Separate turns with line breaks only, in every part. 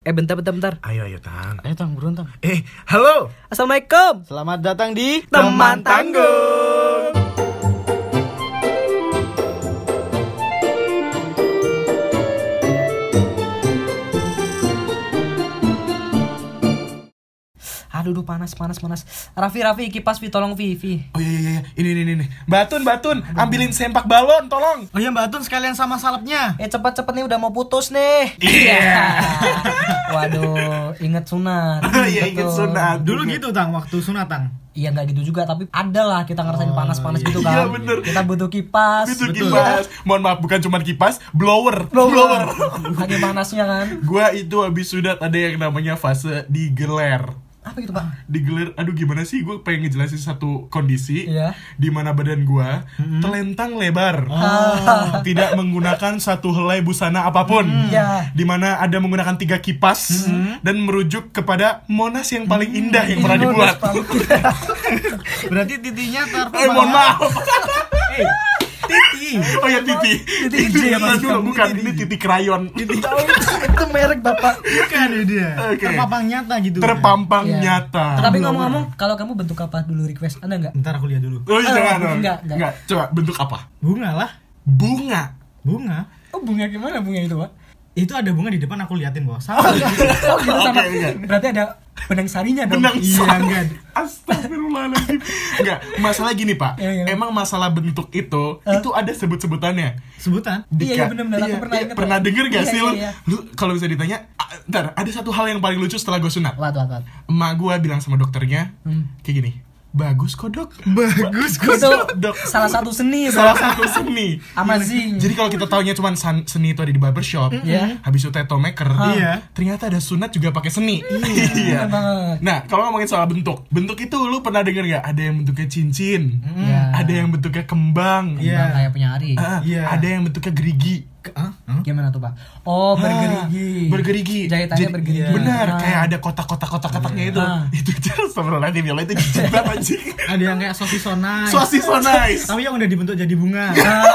Eh bentar bentar bentar.
Ayo ayo Tang.
Ayo tang buruan tang.
Eh, halo.
Assalamualaikum.
Selamat datang di
Teman
tanggung.
Aduh duh, panas panas panas. Raffi Raffi kipas Vi tolong Vi Vi.
Oh iya iya iya. ini ini ini. ini. Batun Batun, ambilin sempak balon tolong.
Oh iya Mbak Atun sekalian sama salepnya.
Eh cepet cepet nih udah mau putus nih. Iya. Waduh inget sunat.
Iya inget
Betul.
sunat.
Dulu gitu tang waktu sunatan.
Iya nggak gitu juga tapi ada lah kita ngerasain panas panas gitu kan.
Iya, bener.
Kita butuh kipas.
Itu kipas. Mohon maaf bukan cuma kipas, blower.
Blower. Lagi panasnya kan.
Gua itu habis sudah ada yang namanya fase digeler.
Apa gitu pak?
Digeler, aduh gimana sih gue pengen ngejelasin satu kondisi
Iya. Mm-hmm.
di mana badan gua telentang lebar, tidak menggunakan satu helai busana apapun,
Ah. Iya. Mm-hmm.
di mana ada menggunakan tiga kipas dan merujuk kepada monas yang paling indah yang pernah
Iya,
dibuat.
Pak.
Berarti titinya
Eh mohon
terpapar.
maaf.
Eh, titi.
Oh ya titi.
Titi
Itu
J,
titi
Mas.
dulu, bukan ini titi krayon.
Itu merek bapak.
Bukan ya dia.
Oke.
Terpapang nyata gitu.
Terpampang
Iya.
nyata.
Tapi ngomong-ngomong, kalau kamu bentuk apa dulu request ada nggak?
Ntar aku lihat dulu.
Oh iya,
Eh,
jangan.
enggak, enggak.
Enggak. Coba bentuk apa?
Bunga lah.
Bunga.
Bunga.
Oh bunga gimana bunga itu pak?
Itu ada bunga di depan aku liatin bos. Salah.
Oh gitu sama.
Oke, iya.
Berarti ada benang sarinya dong.
Benang
iya,
sari.
enggak.
Astagfirullahaladzim Enggak, masalah gini pak
Iya, iya.
Emang masalah bentuk itu
Eh.
Itu ada sebut-sebutannya
Sebutan.
Iya, iya,
Dika-
benar-benar. Aku pernah ingat,
Pernah
Pak.
denger gak
Iya,
sih
iya,
lu?
iya.
Lu kalau bisa ditanya ah, Ntar, ada satu hal yang paling lucu setelah gue sunat
Wat wat wat.
Emak gue bilang sama dokternya
Hmm.
Kayak gini Bagus kok dok
Bagus kok.
Itu
Dok.
salah Iya, satu seni
Salah
bro.
satu seni Iya.
Amazing.
Jadi kalau kita taunya cuman san- seni itu ada di barbershop,
Iya.
habis itu tattoo maker,
Iya.
ternyata ada sunat juga pakai seni.
Ah. bener
Iya.
banget.
Nah, kalau ngomongin soal bentuk, bentuk itu lu pernah denger nggak? Ada yang bentuknya cincin, ya.
Iya.
ada yang bentuknya kembang, ya.
Iya.
Bang, kayak penyari.
Ah,
Iya.
ada yang bentuknya gerigi.
Hah? Hah?
Gimana tuh pak? Oh bergerigi.
Ah, bergerigi.
Jahitannya
Jadi- iya.
bergerigi.
Benar,
Ah.
kayak ada kotak-kotak-kotak-kotaknya itu.
Ah.
Itu cara sebenarnya biola itu jijik banget anjing.
Ada yang kayak sosisonai.
Sosis so nice.
Tapi yang udah dibentuk jadi bunga.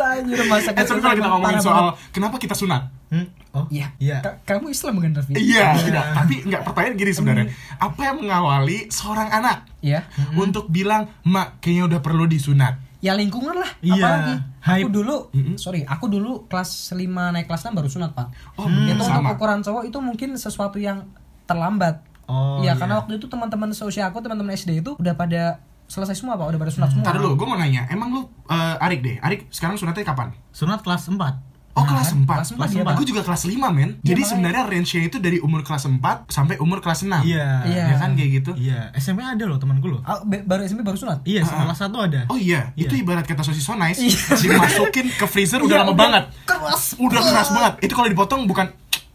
Ah, itu. Anjir masa
Eh, tapi kalau kita ngomongin
Parah
soal
banget.
kenapa kita sunat?
Hmm? Oh.
Iya.
Iya.
Ka- Kamu Islam bukan Raffi?
Iya, tidak. Tapi nggak pertanyaan gini sebenarnya.
Hmm.
Apa yang mengawali seorang anak
Iya.
untuk bilang, "Mak, kayaknya udah perlu disunat."
Ya lingkungan lah.
Iya.
Apalagi. Aku
Hype.
dulu, sorry, aku dulu kelas 5 naik kelas 6 baru sunat pak.
Oh, bener,
Itu Hmm.
sama.
untuk ukuran cowok itu mungkin sesuatu yang terlambat.
Oh,
Iya,
iya.
karena waktu itu teman-teman seusia aku, teman-teman SD itu udah pada selesai semua pak, udah pada sunat semua.
Ntar Hmm. dulu, gue mau nanya, emang lu eh, Arik deh, Arik sekarang sunatnya kapan?
Sunat kelas 4.
Oh kelas 4
Nah, kelas empat, iya,
Gue juga kelas 5 men Jadi sebenarnya range-nya itu dari umur kelas 4 sampai umur kelas 6
Iya.
Iya.
Ya kan kayak gitu
Iya, SMP ada loh temanku loh.
Ah, be- baru SMP baru sunat.
Iya, salah satu ada.
Oh iya, itu ibarat kata sosis so nice
Iya.
Dimasukin ke freezer udah
Iya,
lama
udah
banget
keras.
Udah keras banget Itu kalau dipotong bukan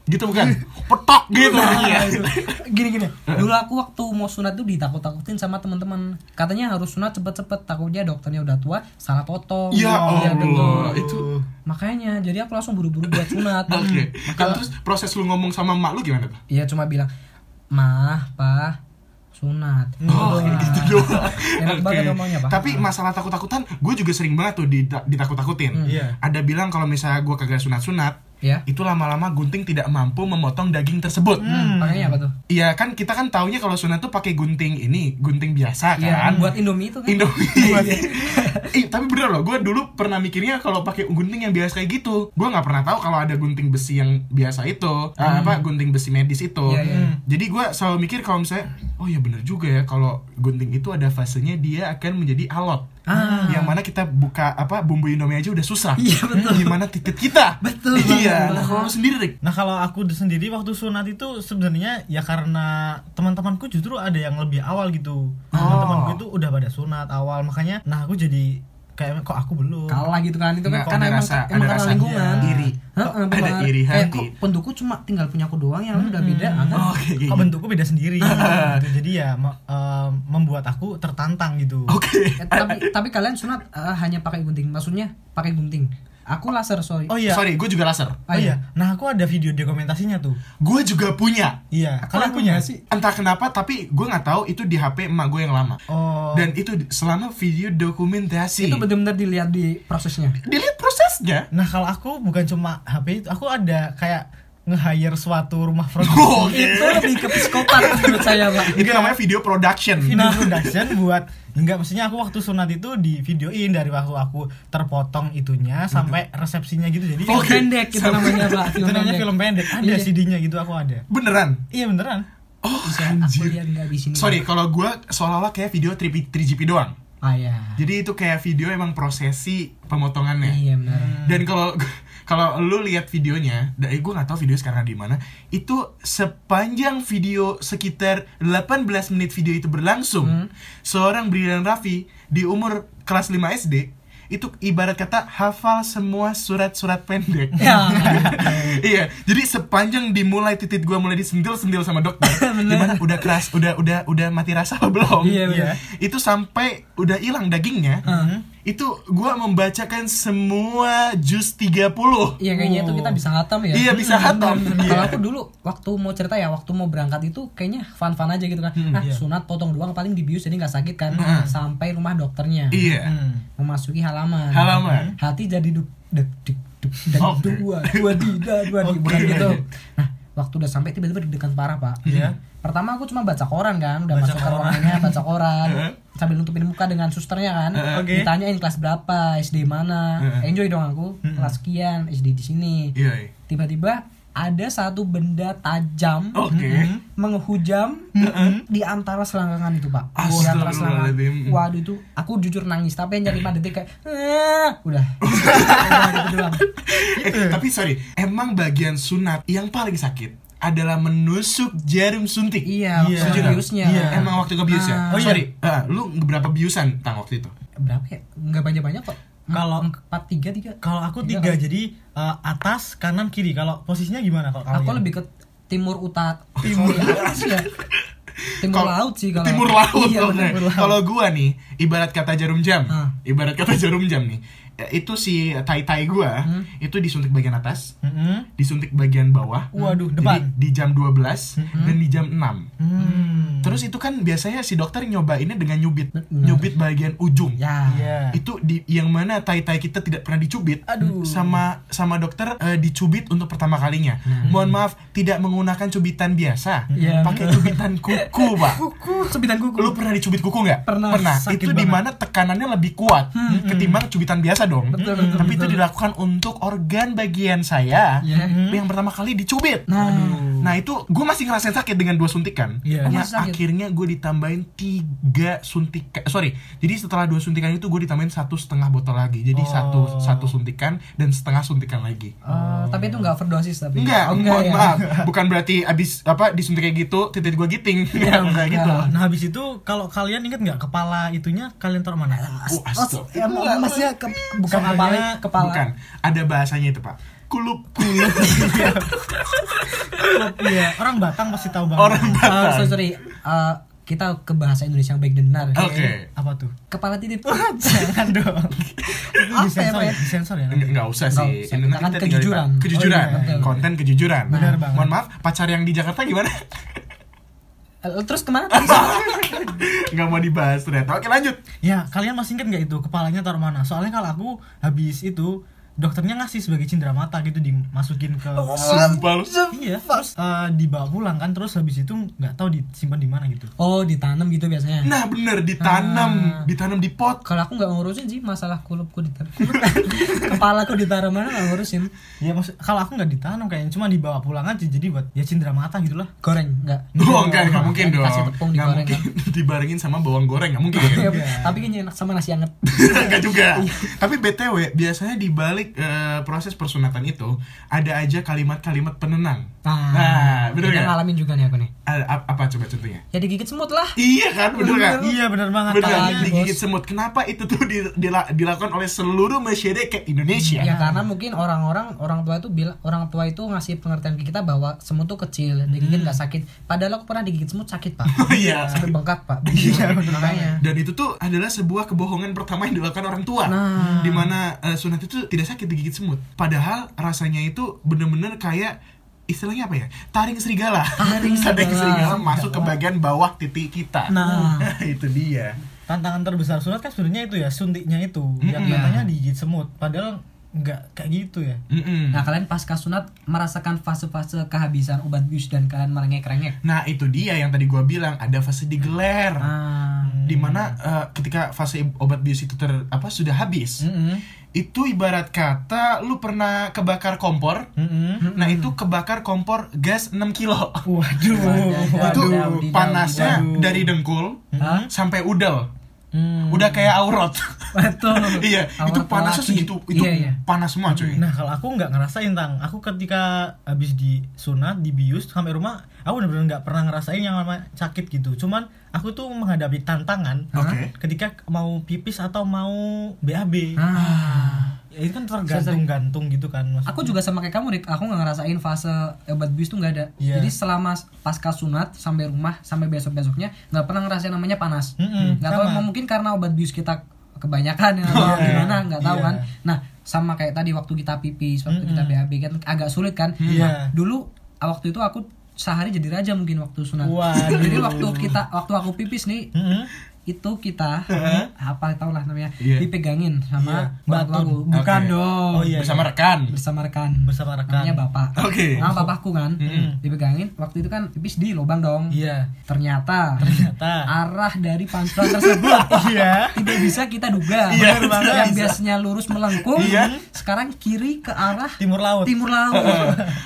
gitu bukan Petok gitu
Nah,
Iya.
itu. Gini-gini. Dulu aku waktu mau sunat tuh ditakut-takutin sama teman-teman. Katanya harus sunat cepet-cepet, takutnya dokternya udah tua, salah potong.
Ya
Iya, betul.
Allah Itu
Makanya, jadi aku langsung buru-buru buat sunat. Hmm.
Oke Kan
Kalau-
terus proses lu ngomong sama mak lu gimana tuh?
Iya cuma bilang mah pa sunat.
Oh,
Doang.
gitu doang.
Enak banget
Oke.
ngomongnya, Pak.
Tapi masalah takut-takutan, gue juga sering banget tuh dita-
Hmm.
ditakut-takutin.
Iya.
Ada bilang kalau misalnya gue kagak sunat-sunat,
Ya.
itu lama-lama gunting tidak mampu memotong daging tersebut.
Hmm, Pakainya apa tuh?
Iya kan kita kan taunya kalau sunat tuh pakai gunting ini, gunting biasa
Iya,
kan.
buat Indomie itu kan.
Indomie. Ih, tapi bener loh, gue dulu pernah mikirnya kalau pakai gunting yang biasa kayak gitu, gue nggak pernah tahu kalau ada gunting besi yang biasa itu, Ah, apa gunting besi medis itu.
Hmm. Iya, iya.
Hmm. Jadi gue selalu mikir kalau misalnya, oh ya bener juga ya kalau gunting itu ada fasenya dia akan menjadi alot.
Ah.
Yang mana kita buka apa bumbu Indomie aja udah susah.
Iya, betul.
Gimana titik kita?
Betul
Iya.
banget.
Nah kalau lu sendiri Rick,
Nah kalau aku sendiri waktu sunat itu sebenarnya ya karena teman-temanku justru ada yang lebih awal gitu.
Oh.
Teman-temanku itu udah pada sunat awal makanya nah aku jadi kayak kok aku belum.
Kalah gitu kan itu kan
Nggak,
karena
ada
emang
rasa- ada
emang karena
rasa
lingkungan.
iri.
Hah,
Ada
benar.
iri
Kayak
hati.
kok pendudukku cuma tinggal punya aku doang yang lain udah beda kan.
Oh, kayak gini.
Kok bentukku beda sendiri gitu. Jadi ya me- em, membuat aku tertantang gitu.
Oke.
Eh, tapi tapi kalian sunat eh, hanya pakai gunting. Maksudnya pakai gunting. Aku laser sorry.
Oh iya.
Sorry, gue juga laser.
Oh iya. Nah aku ada video dokumentasinya tuh.
Gue juga punya.
Iya. Kalian
aku
punya
nggak sih?
Entah kenapa, tapi gue nggak tahu itu di HP emak gue yang lama.
Oh.
Dan itu di- selama video dokumentasi.
Itu benar-benar dilihat di prosesnya.
Dilihat prosesnya.
Nah kalau aku bukan cuma HP itu, aku ada kayak nge-hire suatu rumah produksi
Oke.
itu lebih ke psikopat menurut saya pak
Itu namanya video production.
video production buat enggak maksudnya aku waktu sunat itu di videoin dari waktu aku terpotong itunya sampai resepsinya gitu jadi
film pendek itu namanya pak
itu namanya film pendek ada
Iya.
CD-nya gitu aku ada
Beneran.
iya beneran
Oh,
Bisa, aku
anjir.
lihat nggak di sini
Sorry, kalau gua seolah-olah kayak video 3P 3GP doang.
ah ya
Jadi itu kayak video emang prosesi pemotongannya.
iya benar
Dan kalau kalau lu lihat videonya, dari gue nggak tahu video sekarang di mana, itu sepanjang video sekitar 18 menit video itu berlangsung,
Hmm.
seorang Brilian Raffi di umur kelas 5 SD itu ibarat kata hafal semua surat-surat pendek.
ya
iya, jadi sepanjang dimulai titik gua mulai disentil-sentil sama dokter, gimana udah keras, udah udah udah mati rasa apa belum?
Iya,
bener.
Itu sampai udah hilang dagingnya.
Hmm.
Itu gua membacakan semua jus 30.
Iya kayaknya itu
Wow.
kita bisa ngatam ya.
Iya, bisa
ngatam
khatam.
Kalau
Iya.
aku dulu waktu mau cerita ya, waktu mau berangkat itu kayaknya fun-fun aja gitu kan. nah,
iya.
sunat potong doang paling dibius jadi nggak sakit kan.
Hmm.
Sampai rumah dokternya.
Iya.
Hmm.
Memasuki halaman.
Halaman.
Hati jadi duk dek dek dek dan
Oke.
dua dua di da, dua di
Oke.
bukan gitu. Nah, waktu udah sampai tiba-tiba dekan parah, Pak.
Iya.
Pertama aku cuma baca koran kan, udah
Baca
masuk ke
koran.
ruangannya baca koran
Heeh.
sambil nutupin muka dengan susternya kan.
Heeh.
Oke.
Ditanyain kelas berapa, SD mana.
Heeh.
Enjoy dong aku, kelas sekian, SD di sini
Iya. iya.
tiba-tiba ada satu benda tajam
Oke.
Hmm, menghujam di antara selangkangan itu pak di antara selangkangan
Astagfirullahaladzim.
waduh itu aku jujur nangis tapi yang jadi 5 detik kayak "Ah," udah Udah, gitu doang. Gitu.
Eh, tapi sorry, emang bagian sunat yang paling sakit adalah menusuk jarum suntik.
iya waktu
Iya.
Setuju nggak?
biusnya
Iya.
Emang waktu kebius ya?
Oh, iya.
Sorry, eh, lu berapa biusan tang waktu itu?
berapa ya nggak banyak banyak kok
Kalau-
empat tiga tiga
kalau aku
Tiga
tiga jadi eh, atas kanan kiri kalau posisinya gimana kalau
aku
kalian?
lebih ke timur utara
ya. Timur.
ya. timur
Kalau-
laut sih kalau
timur laut
iya,
oke.
bener.
timur laut.
kalau gua nih ibarat kata jarum jam
Ah.
ibarat kata jarum jam nih eh, itu si tai tai gua
Hmm.
itu disuntik bagian atas
Mm-mm.
disuntik bagian bawah
Waduh,
Iya.
Jadi
depan.
di jam 12 dan di jam 6
Hmm.
terus itu kan biasanya si dokter nyobainnya dengan nyubit
Benar.
nyubit bagian ujung
ya
Iya.
Ah, itu di yang mana tai tai kita tidak pernah dicubit
Aduh.
sama sama dokter eh, dicubit untuk pertama kalinya mohon maaf tidak menggunakan cubitan biasa
Nah. Iya.
pakai cubitan kuku pak
kuku sebitan kuku
lu pernah dicubit kuku nggak?
Pernah, sakit banget.
Itu
Hmm,
di mana tekanannya lebih kuat ketimbang cubitan biasa dong.
Betul,
Hmm.
betul,
Tapi
betul.
itu dilakukan untuk organ bagian saya
Iya.
yang pertama kali dicubit.
Nah.
Nah itu gue masih ngerasain sakit dengan dua suntikan.
Iya.
Ya,
Masih sakit.
akhirnya gue ditambahin tiga suntikan. Sorry, jadi setelah dua suntikan itu gue ditambahin satu setengah botol lagi. Jadi
Oh.
satu satu suntikan dan setengah suntikan lagi.
Oh, tapi itu nggak overdosis tapi. Oh,
Enggak, mohon
ya.
maaf. Bukan berarti abis apa disuntik kayak gitu, titik gue giting. Enggak, enggak gitu.
enggak.
Nah habis itu kalau kalian inget nggak kepala itunya kalian taruh mana?
Oh, astaga.
Oh, ya, ma- maksudnya ke, bukan
Soalnya-
kepala, kepala.
Bukan, ada bahasanya itu pak. Kulup kulup
Iya. Orang Batang pasti tahu banget.
orang
Eh, sorry,
Batak.
sorry. Eh, kita ke bahasa Indonesia yang baik dan benar.
Oke.
Apa tuh?
Kepala titip.
Jangan dong. itu
Apa
disensor
ya,
ya,
Pak?
disensor ya.
Nggak, nggak usah
Nggak
sih.
usah,
Ini
kita
nanti
kan
tinggal di-
kejujuran.
Kejujuran.
Oh, iya, betul.
Konten kejujuran.
Benar banget.
Mohon maaf, pacar yang di Jakarta gimana?
Eh, Terus kemana tadi?
Nggak mau dibahas ternyata. Oke lanjut.
Ya kalian masih inget nggak itu kepalanya taruh mana? Soalnya kalau aku habis itu dokternya ngasih sebagai cindera mata gitu dimasukin ke
Oh,
Sumpah lu.
iya terus eh, dibawa pulang kan terus habis itu nggak tahu disimpan di mana gitu
Oh, ditanam gitu biasanya.
Nah bener ditanam,
Ah.
ditanam di pot.
Kalau aku nggak ngurusin sih masalah kulupku ditaruh. Kepalaku ditaruh mana nggak ngurusin.
ya maksud kalau aku nggak ditanam kayaknya cuma dibawa pulang aja jadi buat ya cindera mata gitulah
Goreng nggak?
Oh enggak, enggak mungkin dong.
Kasih tepung digoreng,
Nggak mungkin dibarengin sama bawang goreng, nggak mungkin.
Iya, Tapi kayaknya enak sama nasi anget.
Enggak juga. Tapi BTW, biasanya di balik eh, proses persunatan itu ada aja kalimat-kalimat penenang.
Ah,
Nah, bener
kita
nggak?
ngalamin juga nih aku nih.
A- ap- apa coba contohnya?
Ya digigit semut lah.
Iya kan, bener kan?
iya benar banget
Bener,
Apalagi,
digigit
Bos.
semut. Kenapa itu tuh di- dila- dilakukan oleh seluruh masyarakat Indonesia?
Ya karena mungkin orang-orang orang tua itu bilang orang tua itu ngasih pengertian ke kita bahwa semut tuh kecil, digigit nggak sakit. Padahal aku pernah digigit semut sakit pak,
Hmm. Oh iya.
sampai bengkak pak.
Iya,
makanya.
Dan itu tuh adalah sebuah kebohongan pertama yang dilakukan orang tua.
Nah.
Dimana sunat itu tidak sakit digigit semut. Padahal rasanya itu bener-bener kayak istilahnya apa ya? Taring serigala.
Ah, Taring serigala.
serigala masuk ke bagian bawah titik kita.
Nah.
itu dia.
tantangan terbesar sunat kan sebenarnya itu ya suntiknya itu yang
Mm-mm.
katanya digigit semut padahal nggak kayak gitu ya
Mm-mm.
Nah, kalian pasca sunat merasakan fase-fase kehabisan obat bius dan kalian merengek-rengek.
Nah itu dia yang tadi gua bilang ada fase digeler
Ah.
dimana eh, ketika fase obat bius itu ter apa sudah habis
Nah. Hmm.
Mm-mm.
itu ibarat kata lu pernah kebakar kompor
Mm-mm.
nah itu kebakar kompor gas 6 kilo
waduh
itu
Waduh, didau, didau,
panasnya
didau.
dari dengkul
Hah?
sampai udel
Hmm.
udah kayak aurat
Mm. Betul.
iya itu
Awal
panasnya
laki.
segitu itu
Iya, iya.
panas semua cuy
Nah kalau aku nggak ngerasain tang, aku ketika habis disunat, dibius sampai rumah, aku bener-bener nggak pernah ngerasain yang namanya sakit gitu. Cuman aku tuh menghadapi tantangan
Oke.
ketika mau pipis atau mau BAB.
Ah.
Ya, itu kan tergantung-gantung gitu kan. Mas.
Aku juga sama kayak kamu, Rik. Aku nggak ngerasain fase obat bius tuh nggak ada.
Iya.
Jadi selama pasca sunat sampai rumah sampai besok besoknya nggak pernah ngerasain namanya panas.
Mm-mm,
Nggak tahu
sama.
emang mungkin karena obat bius kita kebanyakan ya, atau
Iya.
gimana nggak tahu
Iya.
kan. Nah sama kayak tadi waktu kita pipis, waktu kita BAB kan agak sulit kan.
Iya.
Nah, dulu waktu itu aku sehari jadi raja mungkin waktu sunat.
Waduh.
Jadi waktu kita waktu aku pipis nih
Mm-mm.
itu kita apa tau lah namanya
Iya.
dipegangin sama orang
Iya.
tua
Batun.
aku. bukan
Oke.
dong
Oh, iya,
bersama
iya.
rekan
bersama rekan
Bersama rekan.
namanya bapak
Oke.
nama bapakku kan
Mm-mm.
dipegangin waktu itu kan pipis di lubang dong
Iya.
ternyata
Ternyata.
arah dari pantulan tersebut
Iya.
tidak bisa kita duga
Iya,
Bener banget.
tidak
yang
bisa.
biasanya lurus melengkung
Iya.
sekarang kiri ke arah
Timur laut.
timur laut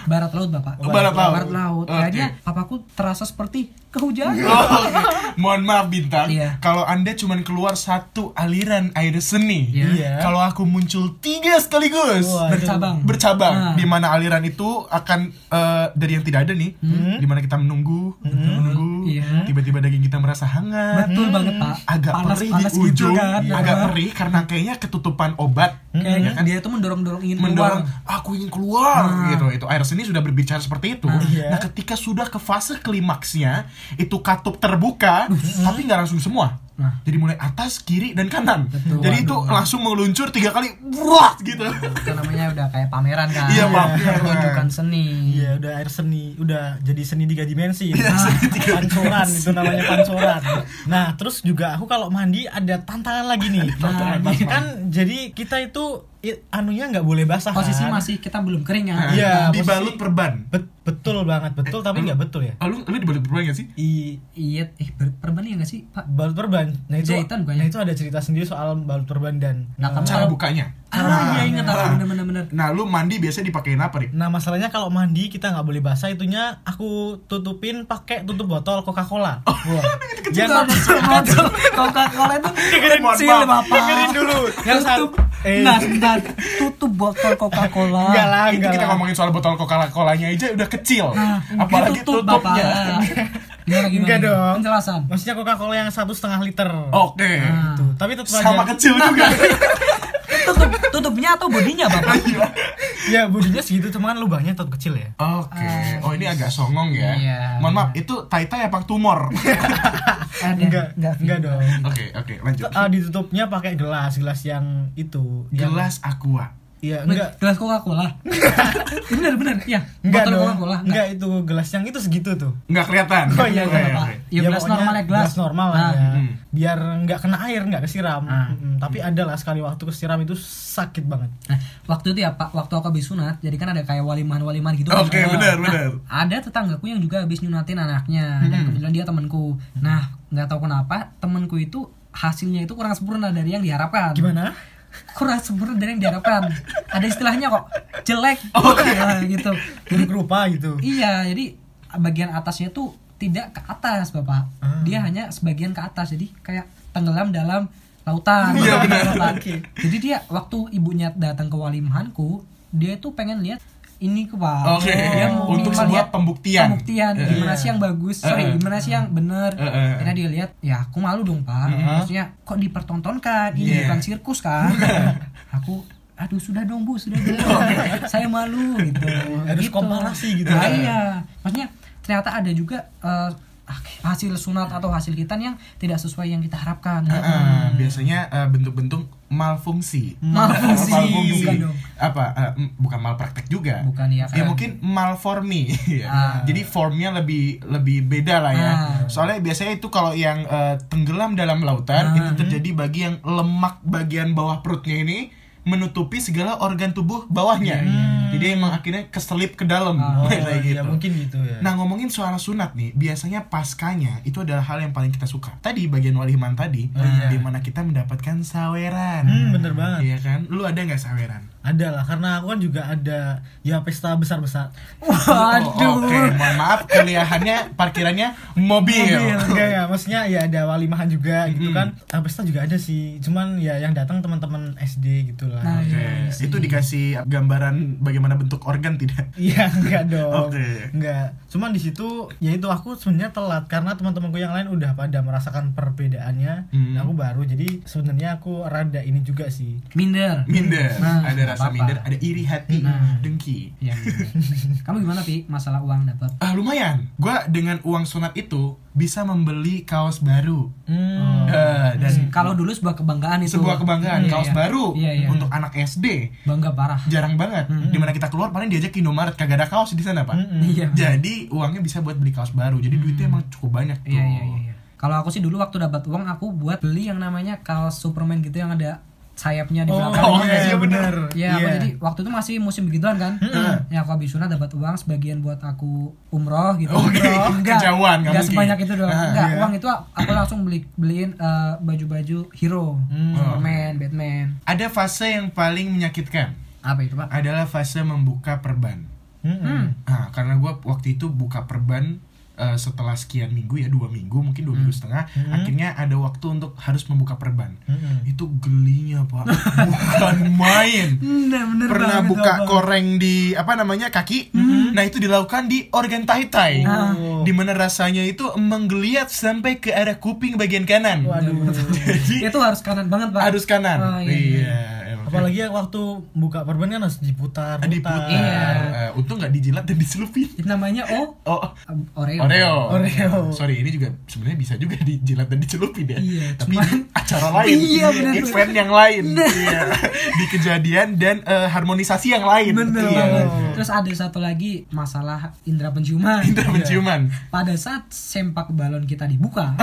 barat laut bapak
Oh, barat laut.
barat laut
Oke.
Jadinya papaku terasa seperti kehujanan
Oh, oke. Mohon maaf bintang,
Iya.
kalau anda cuman keluar satu aliran air seni,
Iya.
kalau aku muncul tiga sekaligus
Wah.
bercabang Ah.
bercabang, di mana aliran itu akan eh, dari yang tidak ada nih, di mana kita menunggu, menunggu,
Hmm. Iya.
tiba-tiba daging kita merasa hangat,
betul banget pak
agak
panas
perih
panas
di
gitu
ujung,
kan
agak
Nah,
perih karena kayaknya ketutupan obat,
kayaknya
ya kan?
dia itu mendorong dorong ingin
mendorong
keluar.
aku ingin keluar
Nah.
gitu itu air seni sudah berbicara seperti itu
Ah,
Iya.
nah ketika sudah ke fase klimaksnya itu katup terbuka tapi nggak langsung semua
Nah.
jadi mulai atas kiri dan kanan
Betul.
jadi itu langsung meluncur tiga kali buat gitu
itu namanya udah kayak pameran kan
Iya, pameran.
pertunjukan seni
Iya, udah air seni, udah jadi seni tiga dimensi.
Iya,
Nah,
seni tiga
pancoran itu namanya pancoran. Nah, terus juga aku kalau mandi ada tantangan lagi nih.
tantangan,
Nah,
tantangan.
kan jadi kita itu i- anunya nggak boleh basah.
posisi
kan?
masih kita belum kering
Nah,
ya
Iya,
dibalut
posisi-
perban
Bet- betul banget, betul tapi nggak betul ya.
Ah, lu lu dibalut perban gak sih
I
iya eh ber- perban iya nggak sih pak
balut perban. Nah itu,
Jahitan bukannya?
nah itu ada cerita sendiri soal balut perban dan. eh,
Nah, kamu-
cara
Tahu.
bukanya
ah iya ingat
Ah.
aku bener bener bener
nah lu mandi biasanya dipakein apa Rik?
Nah masalahnya kalau mandi kita nggak boleh basah itunya aku tutupin pakai tutup botol Coca Cola.
Oh,
Wah. Yang
Coca Cola itu
Dengerin, mohon
kecil
maaf.
bapak
Dengerin dulu. Yang satu-
tutup
eh.
nah sebentar tutup botol Coca Cola
Enggak lah,
itu
enggak
kita
lah.
ngomongin soal botol coca-colanya aja udah kecil apalagi
Ditutup,
tutupnya
Nah, Ah, gitu, bapak gimana gimana
ya. Enggak dong.
penjelasan
Maksudnya Coca-Cola yang satu setengah liter.
oke
Ah.
Gitu. Tapi tetap
Oh. sama kan?
aja.
kecil juga
tutup tutupnya atau bodinya bapak
Ya bodinya segitu cuman lubangnya tetap kecil ya.
Oke, oh ini agak songong ya.
Ah. Iya.
Mohon maaf, itu tai-tai apa tumor? Oke,
Ada.
Enggak, enggak, dong.
oke, lanjut.
T- ah, ditutupnya pakai gelas, gelas yang itu. yang-
Gelas aqua.
Iya,
Enggak.
enggak.
Gelas Coca-Cola. bener bener, iya.
Enggak
Botol
dong.
Coca-Cola.
Enggak. itu gelas yang itu segitu tuh.
Nggak kelihatan.
Oh iya,
Oke,
enggak
apa-apa.
oke.
Ya, gelas
pokoknya
normal ya, gelas.
normal lah
Ah.
ya.
Mm.
Biar enggak kena air, enggak kesiram.
Ah.
Mm-mm. Tapi ada lah sekali waktu kesiram itu sakit banget.
Nah, waktu itu ya Pak, waktu aku habis sunat, jadi kan ada kayak waliman-waliman gitu.
Oke,
Nah,
benar, benar. Hmm.
Ada tetanggaku yang juga habis nyunatin anaknya dan kebetulan dia temanku. Nah, nggak tahu kenapa temanku itu hasilnya itu kurang sempurna dari yang diharapkan.
Gimana?
Kurang sempurna dari yang diharapkan. ada istilahnya kok, jelek.
Oh, iya.
Nah, gitu.
Buruk rupa gitu.
Iya, jadi bagian atasnya tuh tidak ke atas, Bapak.
Ah.
Dia hanya sebagian ke atas, jadi kayak tenggelam dalam lautan.
Iya, benar.
Bapak. Jadi dia waktu ibunya datang ke walimahanku, dia tuh pengen lihat ini ke Pak.
Oke,
Dia mau minimal
untuk sebuah
lihat
pembuktian. Eh,
Pembuktian
Iya.
gimana sih yang bagus? Sorry,
Heeh.
gimana sih yang benar?
Heeh.
Karena dia lihat, ya aku malu dong, Pak. Maksudnya kok dipertontonkan? Ini
Mm-hmm. Iya.
bukan sirkus kan? aku aduh sudah dong bu sudah dong saya malu gitu
Harus komparasi gitu.
Nah,
kan?
iya maksudnya ternyata ada juga eh, hasil sunat atau hasil hitan yang tidak sesuai yang kita harapkan
Heeh, biasanya eh, bentuk-bentuk malfungsi.
Malfungsi,
Malfungsi.
bukan dong.
Apa? eh, m- bukan malpraktek juga.
Bukan, iya
Ya
kan.
mungkin malformi. ya.
Ah.
Jadi formnya lebih lebih beda lah ya.
Ah.
Soalnya biasanya itu kalau yang eh, tenggelam dalam lautan
Ah.
itu terjadi bagi yang lemak bagian bawah perutnya ini menutupi segala organ tubuh bawahnya. Jadi emang akhirnya keselip ke dalam
Iya, Ah,
kayak
ya
gitu.
mungkin gitu ya
Nah ngomongin soal sunat nih, biasanya pascanya itu adalah hal yang paling kita suka. Tadi bagian waliman tadi,
Oh, iya.
di mana kita mendapatkan saweran.
Hmm, bener banget.
Iya kan? Lu ada nggak saweran?
ada lah karena aku kan juga ada ya pesta besar besar
Oh, Oke,
Waduh.
mohon maaf kuliahannya parkirannya mobil.
enggak ya maksudnya ya ada walimahan juga gitu
Mm-mm.
kan Ah, pesta juga ada sih cuman ya yang datang teman-teman gitu SD gitulah
Nah,
Oke,
Iya sih.
itu dikasih gambaran bagaimana bentuk organ tidak?
Iya enggak dong.
Oke.
Enggak. Cuman di situ ya itu aku sebenarnya telat karena teman-temanku yang lain udah pada merasakan perbedaannya.
Hmm.
Nah, aku baru jadi sebenarnya aku rada ini juga sih.
Minder.
Minder,
Nah,
ada
nggak
rasa
apa-apa.
minder, ada iri hati,
Nah.
dengki.
Iya, minder. Kamu gimana Pi masalah uang dapat?
Ah lumayan, gua dengan uang sunat itu bisa membeli kaos baru.
Hmm.
Eh, dan
Oh. Kalau dulu sebuah kebanggaan itu.
sebuah
Iya,
kebanggaan kaos
iya.
baru
Iya, iya.
untuk anak SD
Bangga parah.
jarang banget dimana kita keluar paling diajak ke Indomaret kagak ada kaos di sana pak
Iya.
jadi uangnya bisa buat beli kaos baru jadi duitnya emang cukup banyak tuh
Iya iya iya. iya. Kalau aku sih dulu waktu dapat uang aku buat beli yang namanya kaos Superman gitu yang ada sayapnya di belakang.
Oh, iya, iya, bener.
Ya, aku jadi waktu itu masih musim begituan kan.
Mm-mm.
Ya, aku habis sunat dapat uang sebagian buat aku umroh gitu.
Oke,
Umroh.
kejauhan,
enggak
nggak mungkin.
sebanyak itu doang.
Ah,
enggak,
iya.
uang itu aku langsung beli beliin eh, baju-baju hero,
Hmm.
Superman, Batman.
ada fase yang paling menyakitkan
Apa itu, Pak?
adalah fase membuka perban
Mm-mm.
Hmm.
Nah, karena gue waktu itu buka perban eh, setelah sekian minggu ya dua minggu mungkin
Mm.
dua minggu setengah akhirnya ada waktu untuk harus membuka perban
Mm-mm.
itu gelinya pak bukan main
Nah,
pernah buka koreng di apa namanya kaki
Mm-hmm.
nah itu dilakukan di organ tai tai
Ah.
dimana rasanya itu menggeliat sampai ke arah kuping bagian kanan
Waduh.
jadi
Itu harus kanan banget, Pak.
harus kanan
Oh, iya,
iya,
iya.
emang.
Apalagi ya waktu buka perban kan harus diputar,
diputar
Iya.
Eh, untung nggak dijilat dan diselupin
Itu namanya O
oh
Oreo.
Oreo.
Oreo.
Sorry, ini juga sebenarnya bisa juga dijilat dan dicelupin ya.
Iya,
Tapi
cuman-
ini acara lain.
Iya, bener.
Event yang lain. Iya. Di kejadian dan eh, harmonisasi yang lain.
Bener
Iya.
banget. Terus ada satu lagi masalah indera penciuman. Iya.
Indra penciuman.
Pada saat sempak balon kita dibuka,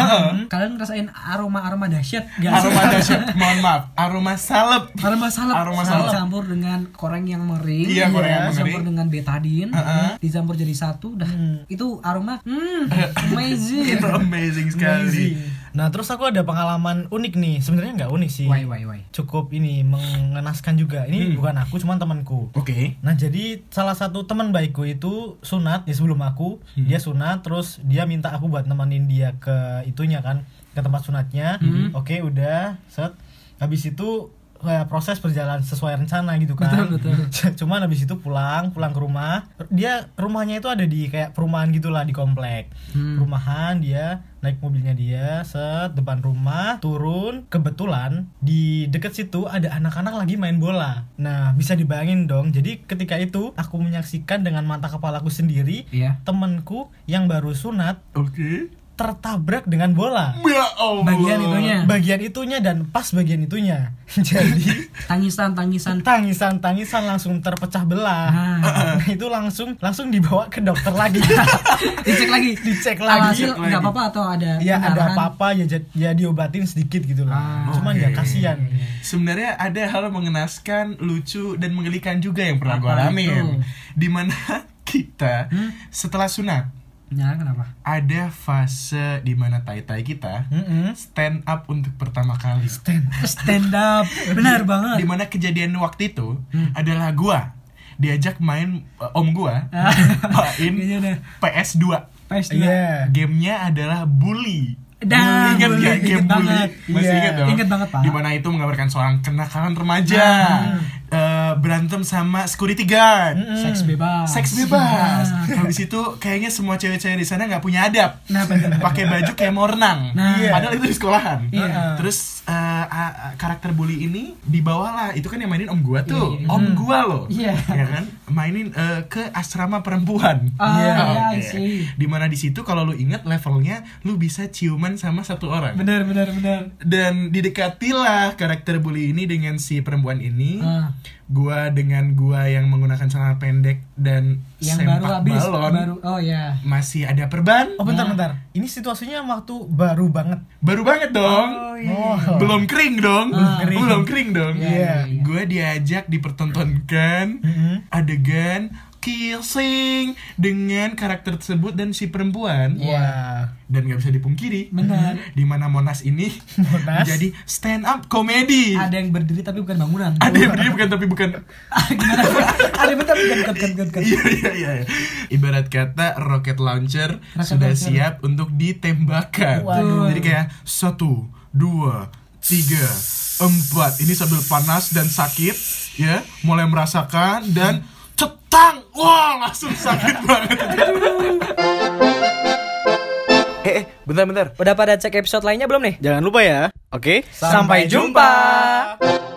kalian ngerasain aroma-aroma dahsyat gak sih?
Aroma dahsyat. Mohon maaf. Aroma salep.
Aroma salep,
Aroma
Salep
salep.
campur dengan koreng yang mering,
Iya, koreng yang
campur
mengering.
dengan betadin,
Heeh.
dicampur jadi satu, dah itu aroma, hmm, amazing.
Itu amazing sekali.
Amazing. Nah, terus aku ada pengalaman unik nih. Sebenarnya nggak unik sih.
Wai wai wai.
Cukup ini mengenaskan juga.
Hmm.
Ini bukan aku, cuman temanku.
Oke.
Nah jadi salah satu teman baikku itu sunat ya sebelum aku
Hmm.
dia sunat terus dia minta aku buat nemenin dia ke itunya kan ke tempat sunatnya
Hmm.
oke udah set habis itu eh, proses berjalan sesuai rencana gitu kan
Betul, betul.
cuman habis itu pulang pulang ke rumah dia rumahnya itu ada di kayak perumahan gitulah di komplek
Hmm.
perumahan dia naik mobilnya dia set depan rumah turun kebetulan di deket situ ada anak-anak lagi main bola nah bisa dibayangin dong jadi ketika itu aku menyaksikan dengan mata kepalaku sendiri
Iya.
temanku yang baru sunat
Oke.
tertabrak dengan bola
Ya Allah.
Bagian itunya.
bagian itunya dan pas bagian itunya jadi
Tangisan tangisan.
tangisan tangisan langsung terpecah belah
Nah,
nah itu langsung langsung dibawa ke dokter lagi
dicek lagi.
dicek lagi
Alhasil
Dicek lagi. Iya,
nggak apa-apa atau ada
ya ada
pendarahan?
apa-apa ya jad- ya diobatin sedikit gitu loh
Ah,
cuman ya
oke.
kasihan
iya.
sebenarnya ada hal mengenaskan, lucu dan menggelikan juga yang pernah gue
Apa itu? Hmm?
alamin. Dimana kita setelah sunat
Ya, kenapa?
ada fase di mana tai-tai kita
Mm-mm.
stand up untuk pertama kali.
Hmm? Stand up. Hmm. Benar banget.
Di mana kejadian waktu itu adalah gua diajak main eh, om gua main
Iya, udah.
PS2.
Pes dia.
Iya.
Gamenya adalah bully.
Dah,
Ingat
Bully,
nggak
inget
game bully?
banget.
Masih
Iya.
ingat dong?
Ingat banget, Pak. Hmm.
Di mana itu menggambarkan seorang kenakalan remaja eh, berantem sama security guard.
Seks bebas.
Seks bebas.
Nah.
Habis itu kayaknya semua cewek-cewek di sana nggak punya adab.
Nah, benar.
Pakai baju kayak mau renang.
Nah.
Iya.
Padahal itu di sekolahan.
Iya.
Terus eh, a- a- karakter bully ini dibawalah. Itu kan yang mainin om gua tuh. Om gua loh.
Iya.
Ya kan? Mainin eh, ke asrama perempuan.
Ah,
Iya.
iya,
Oke.
I see.
Dimana di situ kalau lu inget levelnya lu bisa ciuman sama satu orang
Benar, benar, benar.
dan didekatilah karakter bully ini dengan si perempuan ini
Ah.
gua dengan gua yang menggunakan celana pendek dan
yang
Sempak
baru habis
balon.
baru oh ya
Masih ada perban.
Oh
Iya.
bentar bentar. Ini situasinya waktu baru banget.
Baru banget dong.
iya,
Oh.
Belum kering dong.
Ah.
Belum kering.
Belum kering dong.
Iya, iya, iya.
Gue diajak dipertontonkan
Mhm.
adegan kissing dengan karakter tersebut dan si perempuan.
Iya.
Wah.
Dan nggak bisa dipungkiri.
Benar.
Di mana Monas ini
Monas.
menjadi stand up comedy.
ada yang berdiri tapi bukan bangunan
Ada yang berdiri bukan tapi bukan.
Ah, gimana ada yang berdiri bukan bukan bukan bukan
Iya iya iya. Ibarat kata rocket launcher
Rocket
sudah
launcher.
siap untuk ditembakkan.
Waduh.
Jadi kayak satu, dua, tiga, empat. Ini sambil panas dan sakit, ya. Mulai merasakan dan cetang. Wah langsung sakit banget. Eh, eh bentar bentar.
Udah pada cek episode lainnya belum nih?
Jangan lupa ya. Oke.
Sampai jumpa.